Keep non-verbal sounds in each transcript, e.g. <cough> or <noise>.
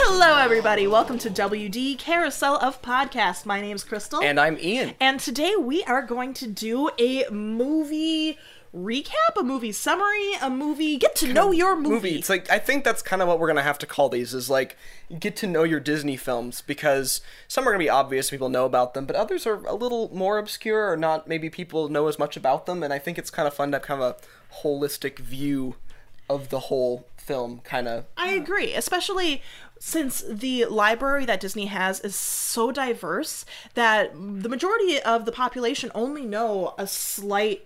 everybody. Welcome to WD Carousel of Podcast. My name's Crystal. And uh, I'm Ian. And today we are going to do a movie recap, a movie summary, a movie get to know your movie. movie. It's like I think that's kind of what we're gonna have to call these is like get to know your Disney films because some are gonna be obvious people know about them, but others are a little more obscure or not maybe people know as much about them. And I think it's kind of fun to have kind of a holistic view of the whole film, kind of. I agree, especially since the library that Disney has is so diverse that the majority of the population only know a slight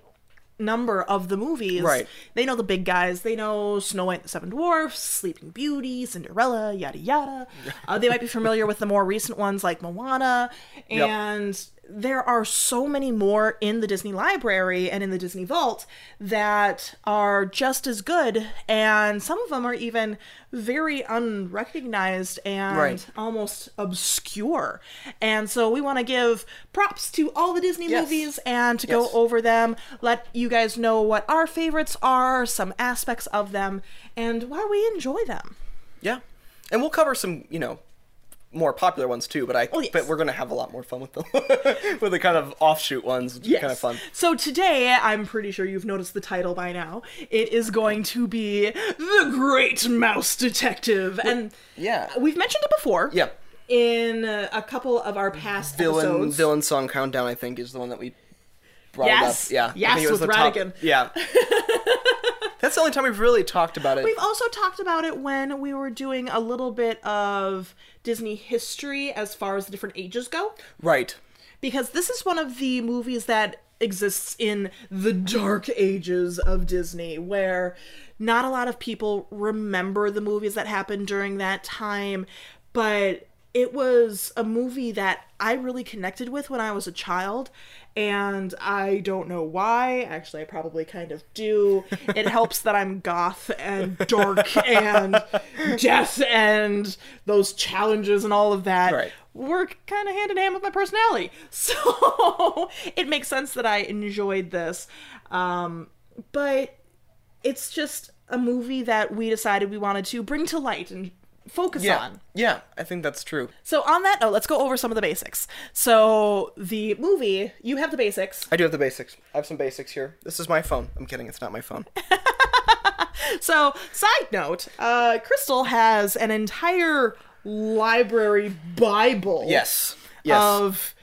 number of the movies. Right. They know the big guys. They know Snow White and the Seven Dwarfs, Sleeping Beauty, Cinderella, yada yada. Uh, they might be familiar with the more recent ones like Moana. Yep. And there are so many more in the Disney library and in the Disney vault that are just as good. And some of them are even very unrecognized and Right. almost obscure. And so we want to give props to all the Disney Yes. movies and to Yes. go over them, let you guys know what our favorites are, some aspects of them, and why we enjoy them. Yeah, and we'll cover some, you know, more popular ones too. But I, yes. but we're gonna have a lot more fun with them, <laughs> with the kind of offshoot ones, which is kind of fun. So today, I'm pretty sure you've noticed the title by now. It is going to be The Great Mouse Detective. And yeah. we've mentioned it before. Yeah. In uh, a couple of our past Villain, episodes. villain song countdown. I think is the one that we brought Yes. up. Yeah, I Yes, think it was with the top- Ratigan. Yeah, <laughs> that's the only time we've really talked about it. We've also talked about it when we were doing a little bit of Disney history as far as the different ages go. Right. because this is one of the movies that exists in the dark ages of Disney where not a lot of people remember the movies that happened during that time but it was a movie that I really connected with when I was a child and I don't know why actually I probably kind of do it helps that I'm goth and dark and death and those challenges and all of that Right. work kind of hand in hand with my personality. <laughs> So it makes sense that I enjoyed this. Um, but it's just a movie that we decided we wanted to bring to light and focus Yeah. on. Yeah, I think that's true. So, on that note, let's go over some of the basics. So, the movie, you have the basics. I do have the basics. I have some basics here. This is my phone. I'm kidding. It's not <laughs> my phone. So, side note, uh, Crystal has an entire library Bible. yes. Yes. of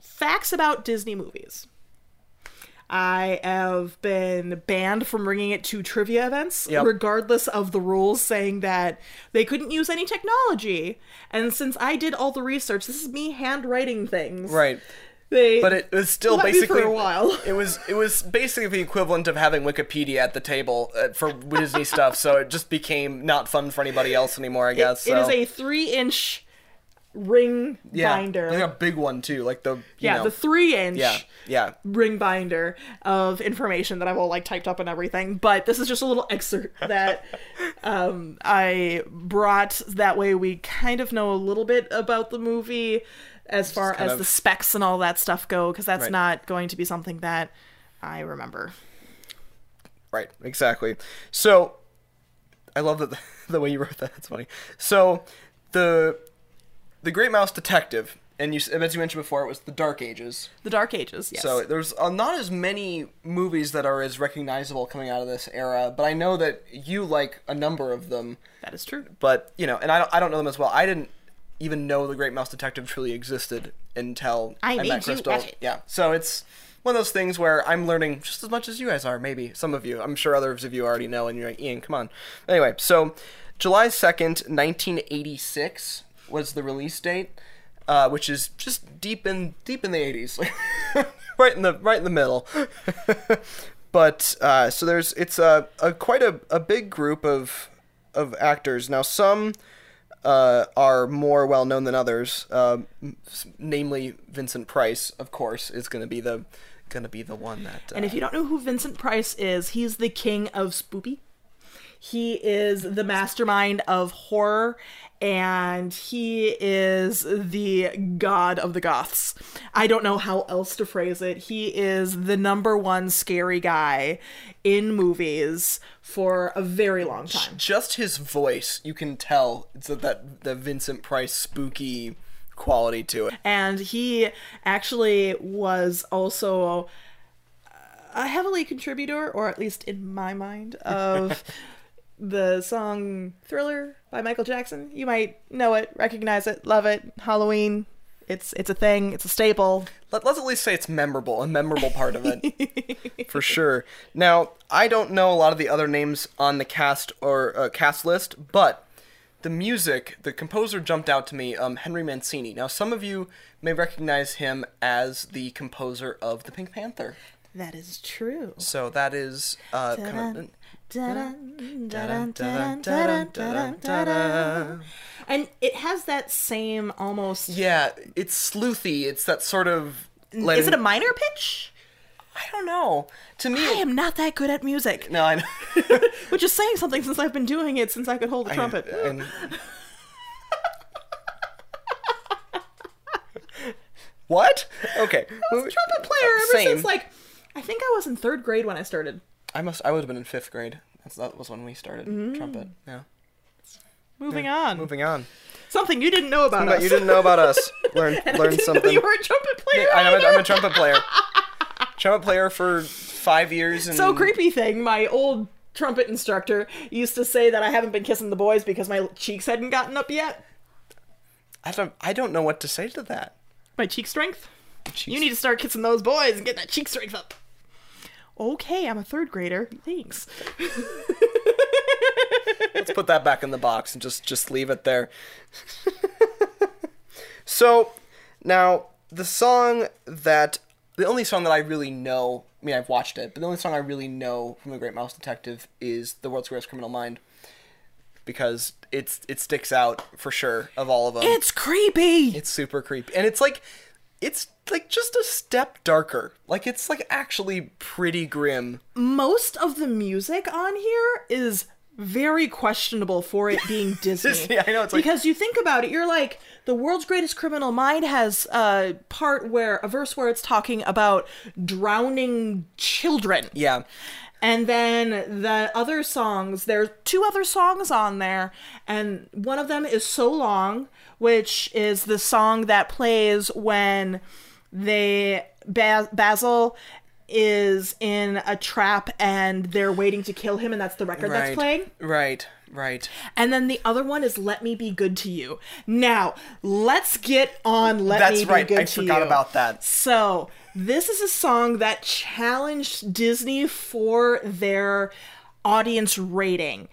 facts about Disney movies. I have been banned from bringing it to trivia events, Yep. regardless of the rules saying that they couldn't use any technology. And since I did all the research, this is me handwriting things. right. They, But it was still Let me for basically a while. <laughs> It was it was basically the equivalent of having Wikipedia at the table uh, for Disney stuff. So it just became not fun for anybody else anymore. I guess it is so. a three-inch ring yeah. binder. Like a big one too, like the you yeah, know, the three-inch. yeah yeah ring binder of information that I've all like typed up and everything. But this is just a little <laughs> excerpt that um, I brought. That way, we kind of know a little bit about the movie as far kind as of- the specs and all that stuff go, because that's Right. not going to be something that I remember. right exactly. So I love that <laughs> the, the way you wrote that. That's funny. So the the Great Mouse Detective, and you s- as you mentioned before, it was the Dark Ages. The Dark Ages, yes. So there's uh, not as many movies that are as recognizable coming out of this era, but I know that you like a number of them. that is true. But you know, and I don't, I don't know them as well. I didn't even know the Great Mouse Detective truly existed until I made you met Crystal. watch it. Yeah, so it's one of those things where I'm learning just as much as you guys are. Maybe some of you, I'm sure others of you already know, and you're like, Ian, come on. Anyway, so July 2nd, 1986 was the release date. Uh, which is just deep in deep in the 80s, <laughs> right in the right in the middle. <laughs> but uh, so there's it's a, a quite a, a big group of of actors now some uh, are more well known than others um, s- namely Vincent Price of course is going to be the going to be the one that uh, And if you don't know who Vincent Price is, he's the king of spoopy. He is the mastermind of horror and he is the god of the goths. I don't know how else to phrase it. He is the number one scary guy in movies for a very long time. Just his voice, you can tell it's that that, that Vincent Price spooky quality to it. And he actually was also a heavily contributor, or at least in my mind, <laughs> of the song Thriller by Michael Jackson. You might know it, recognize it, love it. Halloween. It's it's a thing, it's a staple. Let, let's at least say it's memorable, a memorable part of it. <laughs> For sure. Now, I don't know a lot of the other names on the cast or uh, cast list, but the music, the composer jumped out to me, um, Henry Mancini. Now, some of you may recognize him as the composer of The Pink Panther. That is true. So that is uh, kind of. Dun-dun, dun-dun, dun-dun, dun-dun, dun-dun, dun-dun. And it has that same almost. Yeah, it's sleuthy. It's that sort of. Is it a minor pitch? I don't know. To me, I am not that good at music, no, I know. <laughs> which is saying something since I've been doing it since I could hold a trumpet. And- what? Okay. Uh, trumpet player ever Same. since like I think I was in third grade when I started. I must. I would have been in fifth grade. That's, that was when we started Mm. trumpet. Yeah. Moving on, Moving on. something you didn't know about But us. you didn't know <laughs> about us. Learn I learn didn't something. Know <laughs> you were a trumpet player. I, am a, I'm either. a trumpet <laughs> player. trumpet player for five years. And so creepy thing. My old trumpet instructor used to say that I haven't been kissing the boys because my cheeks hadn't gotten up yet. I don't. I don't know what to say to that. My cheek strength. Jeez. You need to start kissing those boys and get that cheek strength up. Okay, I'm a third grader. Thanks. Let's put that back in the box and just just leave it there. <laughs> so now the song that the only song that I really know, I mean I've watched it, but the only song I really know from The Great Mouse Detective is The World's Greatest Criminal Mind because it's it sticks out for sure of all of them. It's creepy. It's super creepy. And it's like it's like just a step darker. Like it's like actually pretty grim. most of the music on here is very questionable for it <laughs> being Disney. Disney, I know, it's like- because you think about it, you're like the world's greatest criminal mind has a part where a verse where it's talking about drowning children. Yeah. And then the other songs, there are two other songs on there, and one of them is So Long, which is the song that plays when they Ba- Basil is in a trap and they're waiting to kill him, and that's the record that's playing. Right. Right. And then the other one is Let Me Be Good to You. Now, let's get on Let That's Me Be right. Good I to forgot You. about that. So, this is a song that challenged Disney for their audience rating.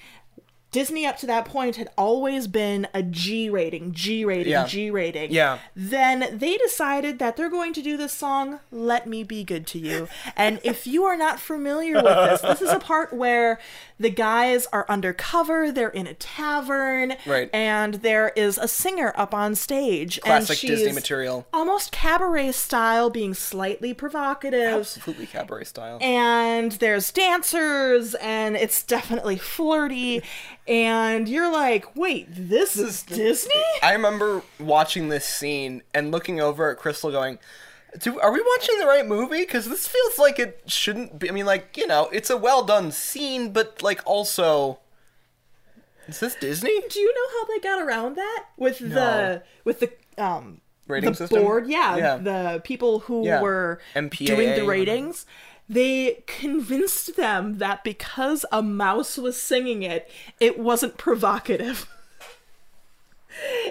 Disney up to that point had always been a G rating, G rating, Yeah. G rating. Yeah. Then they decided that they're going to do this song, Let Me Be Good to You. And if you are not familiar with this, this is a part where the guys are undercover, they're in a tavern, Right. and there is a singer up on stage. Classic and Disney she's- material. almost cabaret style, being slightly provocative. Absolutely cabaret style. And there's dancers, and it's definitely flirty. And you're like, wait, this is Disney? I remember watching this scene and looking over at Crystal going, Do, are we watching the right movie? Because this feels like it shouldn't be. I mean, like, you know, it's a well done scene, but, like, also. Is this Disney? Do you know how they got around that with the with the um Rating the system? board? Yeah, Yeah. the people who Yeah. were doing MPAA the or- ratings. They convinced them that because a mouse was singing it, it wasn't provocative. <laughs>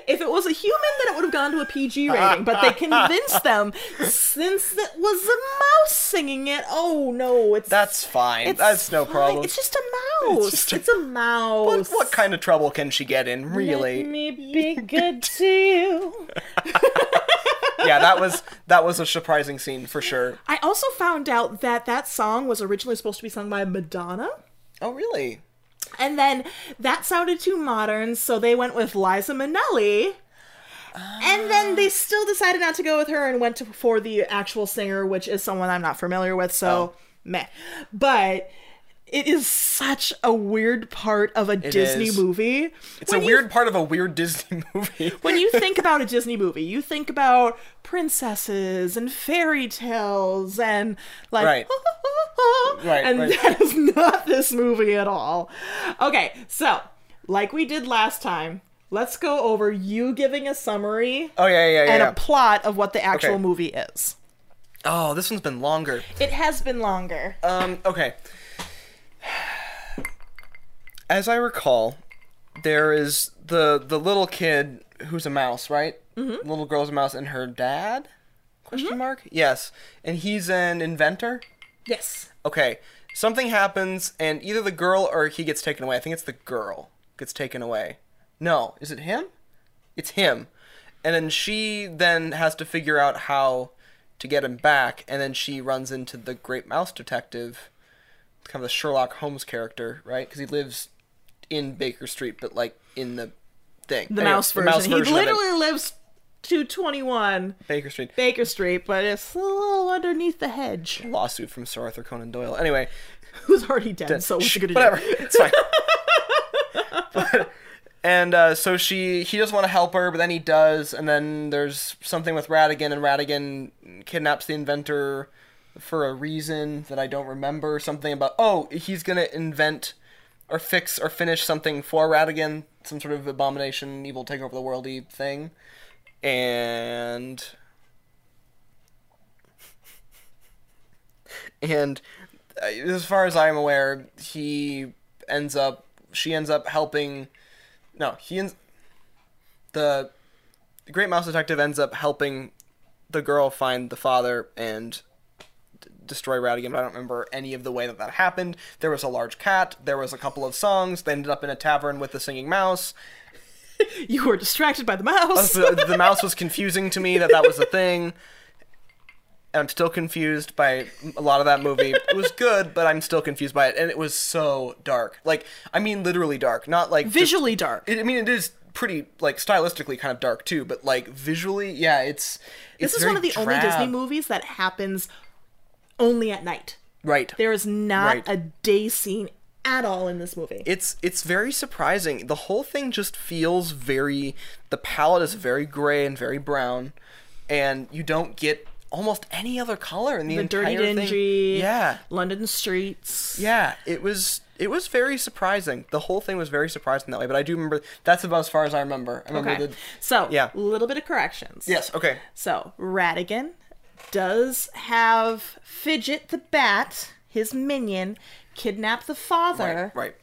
If it was a human, then it would have gone to a <laughs> PG rating. But they convinced them, since it was a mouse singing it, oh no, it's That's fine. it's That's no fine. problem. It's just a mouse. It's, just a- a mouse. what, what kind of trouble can she get in, Let really? <laughs> me be good to you. yeah, that was that was a surprising scene for sure. I also found out that that song was originally supposed to be sung by Madonna. Oh, really? And then that sounded too modern, so they went with Liza Minnelli. And then they still decided not to go with her and went to, Oh. for the actual singer, which is someone I'm not familiar with, so meh. But it is such a weird part of a Disney is. movie. It's When a you weird part of a weird Disney <laughs> movie. <laughs> when you think about a Disney movie, you think about princesses and fairy tales and like <laughs> Right. Right, and right. that is not this movie at all. Okay, so like we did last time, let's go over you giving a summary oh yeah, yeah, yeah. and yeah. a plot of what the actual Okay. movie is. oh, this one's been longer. It has been longer. Um, okay. As I recall, there is the the little kid who's a mouse, right? Mm-hmm. Little girl's a mouse, and her dad? Question mark. Yes, and he's an inventor. yes. Okay, something happens, and either the girl or he gets taken away. I think it's the girl gets taken away. No, is it him? It's him. And then she then has to figure out how to get him back, and then she runs into the great mouse detective, kind of the Sherlock Holmes character, right? Because he lives in Baker Street, but like in the thing. The Anyway, mouse version. he of it. literally lives 221 Baker Street. Baker Street, but it's a little underneath the hedge. <laughs> Lawsuit from Sir Arthur Conan Doyle. Anyway, Who's already dead, so what's Shh, she gonna whatever. do? It's fine. But- and uh, so she, he doesn't want to help her, but then he does, and then there's something with Radigan, and Radigan kidnaps the inventor for a reason that I don't remember. Something about oh, he's gonna invent or fix or finish something for Radigan, some sort of abomination, evil take over the worldy thing, and and uh, as far as I'm aware, he ends up, she ends up helping. No, he ends. The, the Great Mouse Detective ends up helping the girl find the father and d- destroy Radigan. But I don't remember any of the way that that happened. There was a large cat. There was a couple of songs. They ended up in a tavern with the singing mouse. You were distracted by the mouse. <laughs> the, the mouse was confusing to me that that was a thing. And I'm still confused by a lot of that movie. It was good, but I'm still confused by it. And it was so dark. Like, I mean, literally dark. Not like. just- Visually dark. it, I mean, it is pretty, like, stylistically kind of dark, too. But, like, visually, yeah, it's. This is one of the only Disney movies that happens only at night. Right. There is not Right. a day scene at all in this movie. it's it's very surprising. The whole thing just feels very the palette is very gray and very brown and you don't get almost any other color in the, the entire dirty thing. dingy, Yeah. London streets. Yeah, it was it was very surprising. The whole thing was very surprising that way, but I do remember that's about as far as I remember. I remember Okay. the So, Yeah. a little bit of corrections. Yes, okay. So, Radigan does have Fidget the Bat, his minion, kidnap the father. Right. right.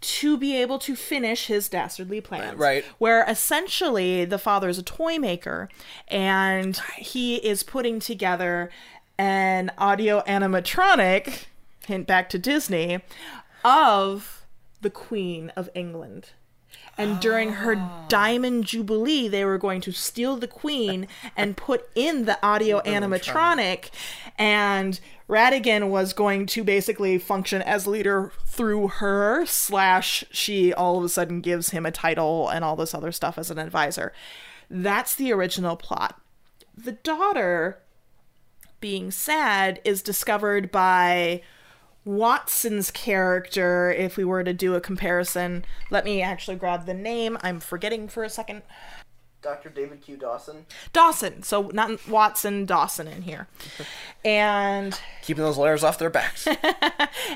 to be able to finish his dastardly plans. Right. Where essentially the father is a toy maker and he is putting together an audio animatronic, hint back to Disney, of the Queen of England. And during her diamond jubilee, they were going to steal the queen and put in the audio animatronic. And Radigan was going to basically function as leader through her, slash, she all of a sudden gives him a title and all this other stuff as an advisor. That's the original plot. The daughter, being sad, is discovered by Watson's character, if we were to do a comparison, let me actually grab the name. I'm forgetting for a second. Dr. David Q. Dawson. Dawson. So not Watson, Dawson in here. And Keeping those layers off <laughs> their backs.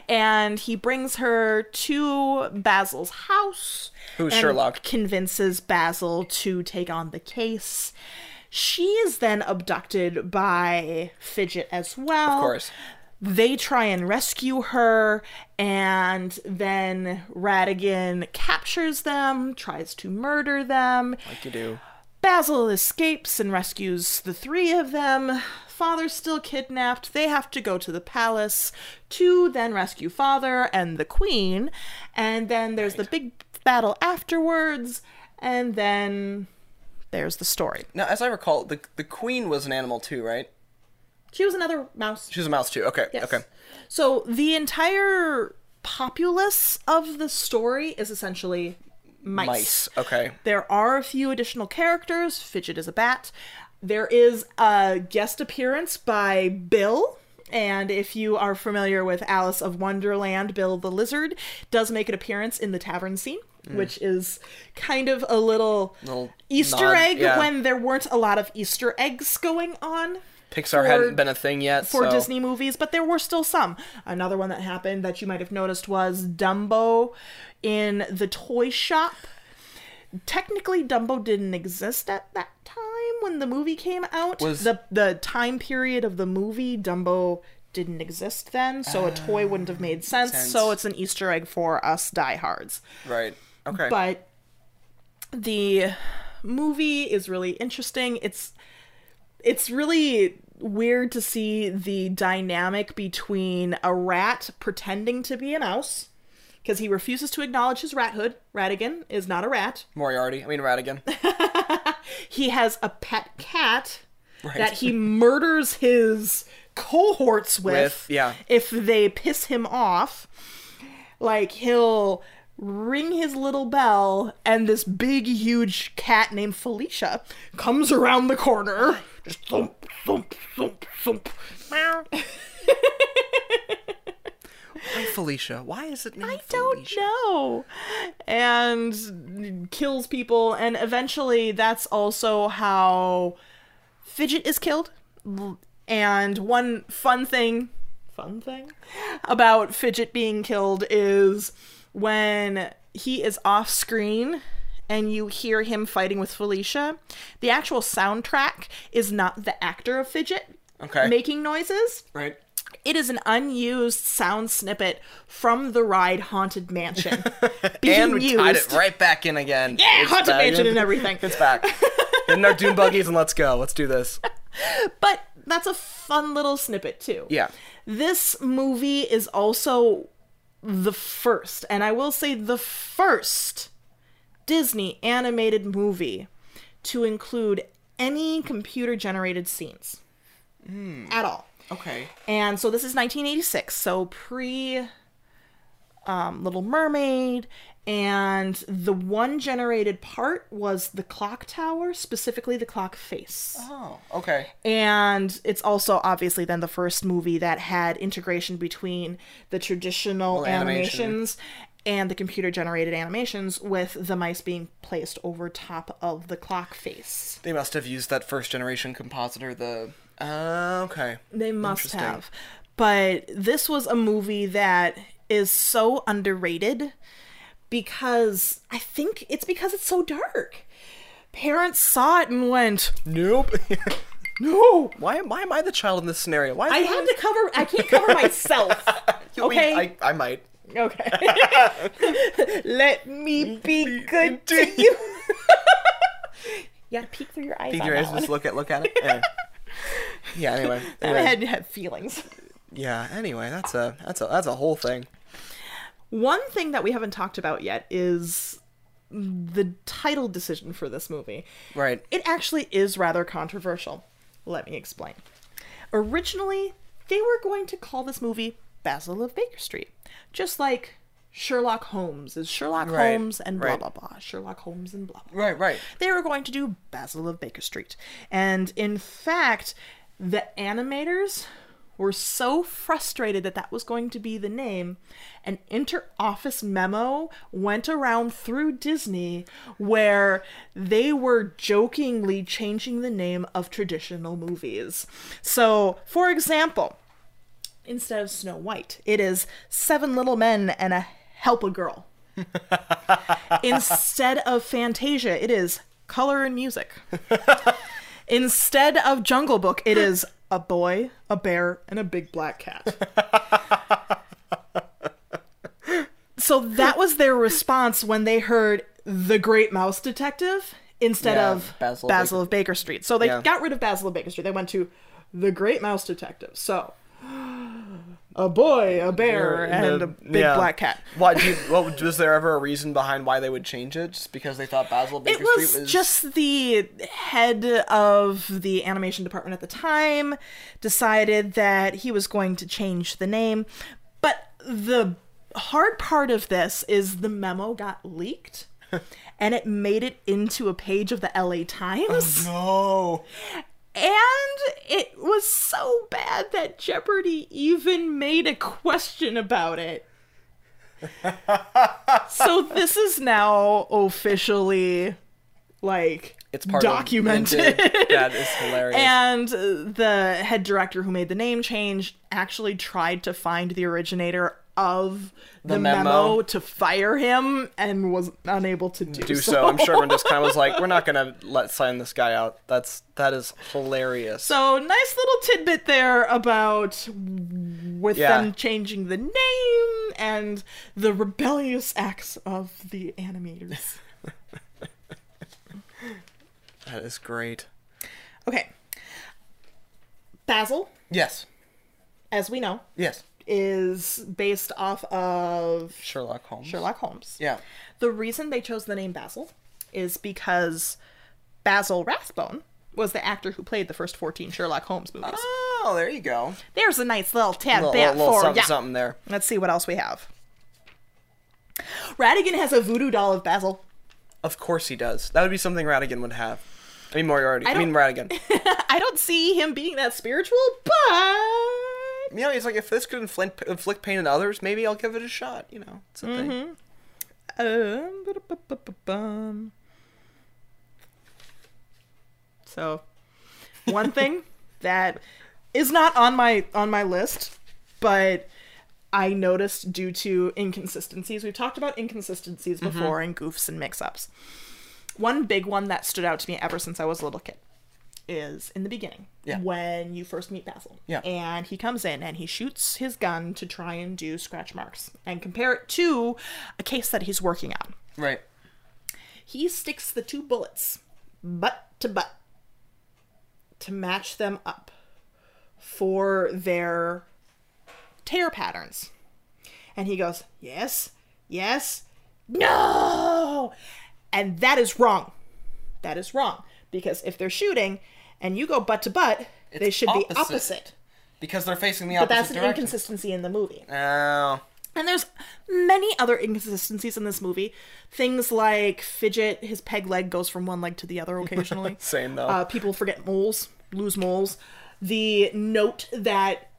and he brings her to Basil's house. Who's and Sherlock. Convinces Basil to take on the case. She is then abducted by Fidget as well. of course. they try and rescue her and then radigan captures them tries to murder them Like you do. basil escapes and rescues the three of them father's still kidnapped they have to go to the palace to then rescue father and the queen and then there's the big battle afterwards and then there's the story Now, as I recall, the the queen was an animal too, right? she was another mouse She was a mouse too. Okay. Okay. So the entire populace of the story is essentially mice. Mice. Okay. There are a few additional characters. Fidget is a bat. There is a guest appearance by Bill, And if you are familiar with Alice of Wonderland, Bill the Lizard does make an appearance in the tavern scene, which is kind of a little, Mm. Little Easter nod, egg yeah. when there weren't a lot of Easter eggs going on Pixar hadn't been a thing yet. for so- Disney movies, but there were still some. Another one that happened that you might have noticed was Dumbo in the toy shop. Technically, Dumbo didn't exist at that time when the movie came out. Was- the the time period of the movie Dumbo didn't exist then, so a toy wouldn't have made sense. sense. So it's an Easter egg for us diehards Right. Okay. but the movie is really interesting it's it's really weird to see the dynamic between a rat pretending to be an mouse because he refuses to acknowledge his rathood ratigan is not a rat Moriarty. I <laughs> mean Radigan. he has a pet cat Right. that he murders his cohorts with, With, yeah. if they piss him off like he'll ring his little bell and this big huge cat named felicia comes around the corner just thump thump thump thump meow. Why Felicia? Why is it named I don't know. And kills people. And eventually, that's also how Fidget is killed. And one fun thing, fun thing about Fidget being killed is when he is off screen and you hear him fighting with Felicia, the actual soundtrack is not the actor of Fidget Okay. making noises. Right. It is an unused sound snippet from the ride Haunted Mansion. being <laughs> And we tied it used. right back in again. Yeah, It's Haunted back Mansion in. and everything. It's back. Get in our dune buggies and let's go. Let's do this. But that's a fun little snippet too. <laughs> Yeah. This movie is also the first, and I will say the first Disney animated movie to include any computer generated scenes Hmm. at all. Okay. And so this is 1986, so pre um, Little Mermaid. And the one generated part was the clock tower, specifically the clock face. Oh. Okay. And it's also obviously then the first movie that had integration between the traditional animation. animations and the computer generated animations with the mice being placed over top of the clock face. They must have used that first generation compositor. The. Uh, okay. They must Interesting. have. But this was a movie that is so underrated because I think it's because it's so dark. Parents saw it and went, Nope. <laughs> "No, why, why am I the child in this scenario? Why? I had to cover. I can't cover <laughs> myself." Okay. I, I might. okay. <laughs> Let me be good to <laughs> you. yeah, peek through your eyes. Think on your that eyes one. just look at look at it. <laughs> Anyway. yeah. Anyway. I Anyway. had to have feelings. Yeah. Anyway, that's a that's a that's a whole thing. One thing that we haven't talked about yet is the title decision for this movie. Right. It actually is rather controversial. Let me explain. Originally, they were going to call this movie Basil of Baker Street, just like Sherlock Holmes is Sherlock Right, Holmes and blah right. blah blah, Sherlock Holmes and blah blah. Right. Right. They were going to do Basil of Baker Street. And in fact, the animators were so frustrated that that was going to be the name, an inter-office memo went around through Disney where they were jokingly changing the name of traditional movies. So, for example, instead of Snow White, it is Seven Little Men and a Help a Girl. Instead of Fantasia, it is color and music. Instead of Jungle Book, it is a boy, a bear, and a big black cat. so that was their response when they heard The Great Mouse Detective instead Yeah, of Basil Basil, Baker. of Baker Street. So they Yeah. got rid of Basil of Baker Street. They went to The Great Mouse Detective. So <gasps> a boy, a bear, and a big yeah. black cat. Why? Do you, what was there ever a reason behind why they would change it? Just because they thought Basil Baker it was, Street was just the head of the animation department at the time decided that he was going to change the name but the hard part of this is the memo got leaked and it made it into a page of the LA Times no And it was so bad that Jeopardy even made a question about it. <laughs> so this is now officially like It's part documented. Of that is <laughs> hilarious. And uh, the head director who made the name change actually tried to find the originator of the, memo. memo. to fire him and was unable to do, <laughs> do so. I'm sure everyone just kind of was like, we're not gonna let sign this guy out. That's that is hilarious. So nice little tidbit there about with Yeah. them changing the name and the rebellious acts of the <laughs> animators. that is great. okay. Basil, Yes. as we know, Yes. is based off of Sherlock Holmes. Sherlock Holmes. Yeah. The reason they chose the name Basil is because Basil Rathbone was the actor who played the first 14 Sherlock Holmes movies. Oh, there you go. There's a nice little tidbit Little, little, little for something, ya. something there. Let's see what else we have. Radigan has a voodoo doll of Basil. <laughs> Of course he does. That would be something Radigan would have. I mean Moriarty. I, mean don't- <laughs> Radigan. I don't see him being that spiritual, but you know, he's like, if this could inflict, inflict pain on others, maybe I'll give it a shot. You know, it's a thing. Mm-hmm. um, ba-da-ba-ba-ba-bum. so one <laughs> thing that is not on my on my list, but I noticed due to inconsistencies. We've talked about inconsistencies Mm-hmm. before and goofs and mix-ups. One big one that stood out to me ever since I was a little kid is in the beginning Yeah. when you first meet Basil. Yeah. And he comes in and he shoots his gun to try and do scratch marks and compare it to a case that he's working on. Right. He sticks the two bullets butt to butt to match them up for their tear patterns. And he goes, Yes, yes, no! And that is wrong. That is wrong. Because if they're shooting and you go butt to butt, they should opposite. be opposite. Because they're facing the But opposite that's an direction. inconsistency in the movie. oh. And there's many other inconsistencies in this movie. Things like Fidget, his peg leg goes from one leg to the other occasionally. <laughs> Same, though. Uh, people forget moles, lose moles. The note that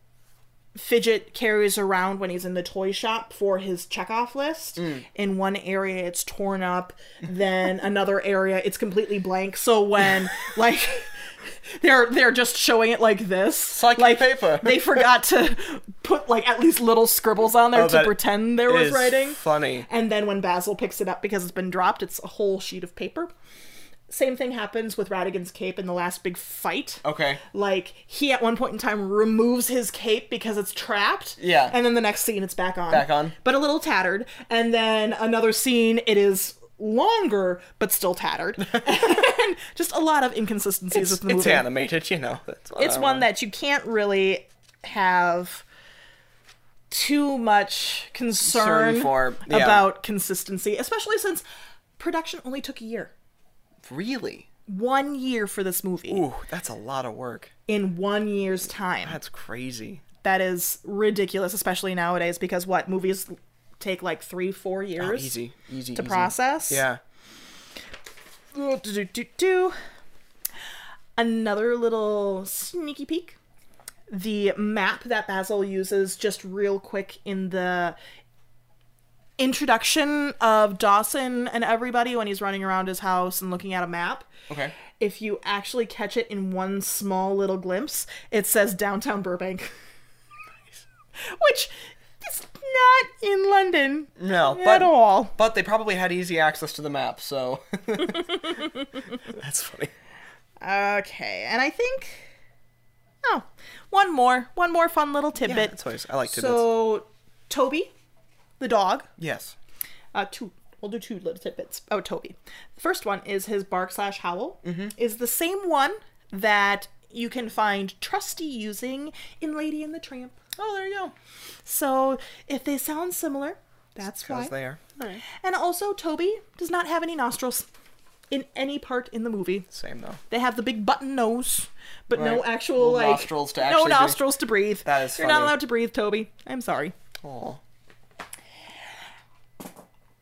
Fidget carries around when he's in the toy shop for his checkoff list. Mm. In one area, it's torn up. Then <laughs> another area, it's completely blank. So <laughs> when like <laughs> they're they're just showing it like this, It's like paper. they forgot to put like at least little scribbles on there Oh, to that pretend there was is writing. funny. And then when Basil picks it up because it's been dropped, it's a whole sheet of paper. Same thing happens with Radigan's cape in the last big fight. Okay. Like he at one point in time removes his cape because it's trapped. Yeah. And then the next scene it's back on. Back on. But a little tattered. And then another scene it is longer but still tattered. <laughs> <laughs> and just a lot of inconsistencies with the It's movie animated, you know. That's what it's I one want. that you can't really have too much concern, Concern for, yeah. about consistency, especially since production only took a year. Really? One year for this movie. Ooh, that's a lot of work. In one year's time. That's crazy. That is ridiculous, especially nowadays, because what? Movies take like three, four years Easy, easy. to process. Yeah. Do-do-do-do. Another little sneaky peek. The map that Basil uses just real quick in the introduction of Dawson and everybody when he's running around his house and looking at a map. Okay. If you actually catch it in one small little glimpse, it says downtown Burbank. <laughs> Which is not in London No, at but all. but they probably had easy access to the <laughs> map, so <laughs> that's funny. Okay, and I think oh, one more, one more fun little tidbit. That's always I like tidbits. so Toby, the dog, yes. uh, two. We'll do two little tidbits. Oh, Toby. The first one is his bark slash howl. Mm-hmm. Is the same one that you can find Trusty using in Lady and the Tramp. Oh, there you go. So if they sound similar, that's why. Because they are And also, Toby does not have any nostrils in any part in the movie. same though. They have the big button nose, but no Right. actual No like nostrils to no actually breathe. nostrils to breathe. That is You're not funny. allowed to breathe, Toby. I'm sorry. Oh,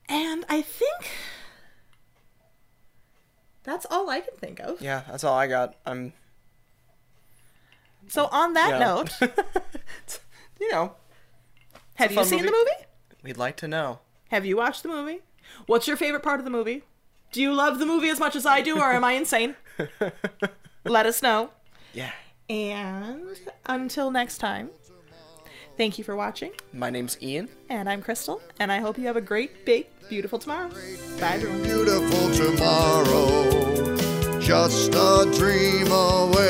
And I think that's all I can think of. Um, yeah. That's all I got. I'm So on that Yeah. <laughs> note, You know, have you fun seen the movie. movie? we'd like to know. Have you watched the movie? What's your favorite part of the movie? Do you love the movie as much as I do, or am I <laughs> insane? Let us know. Yeah. And until next time, thank you for watching. My name's Ian. And I'm Crystal, and I hope you have a great, big, beautiful tomorrow. Bye, everyone. beautiful tomorrow. Just a dream away.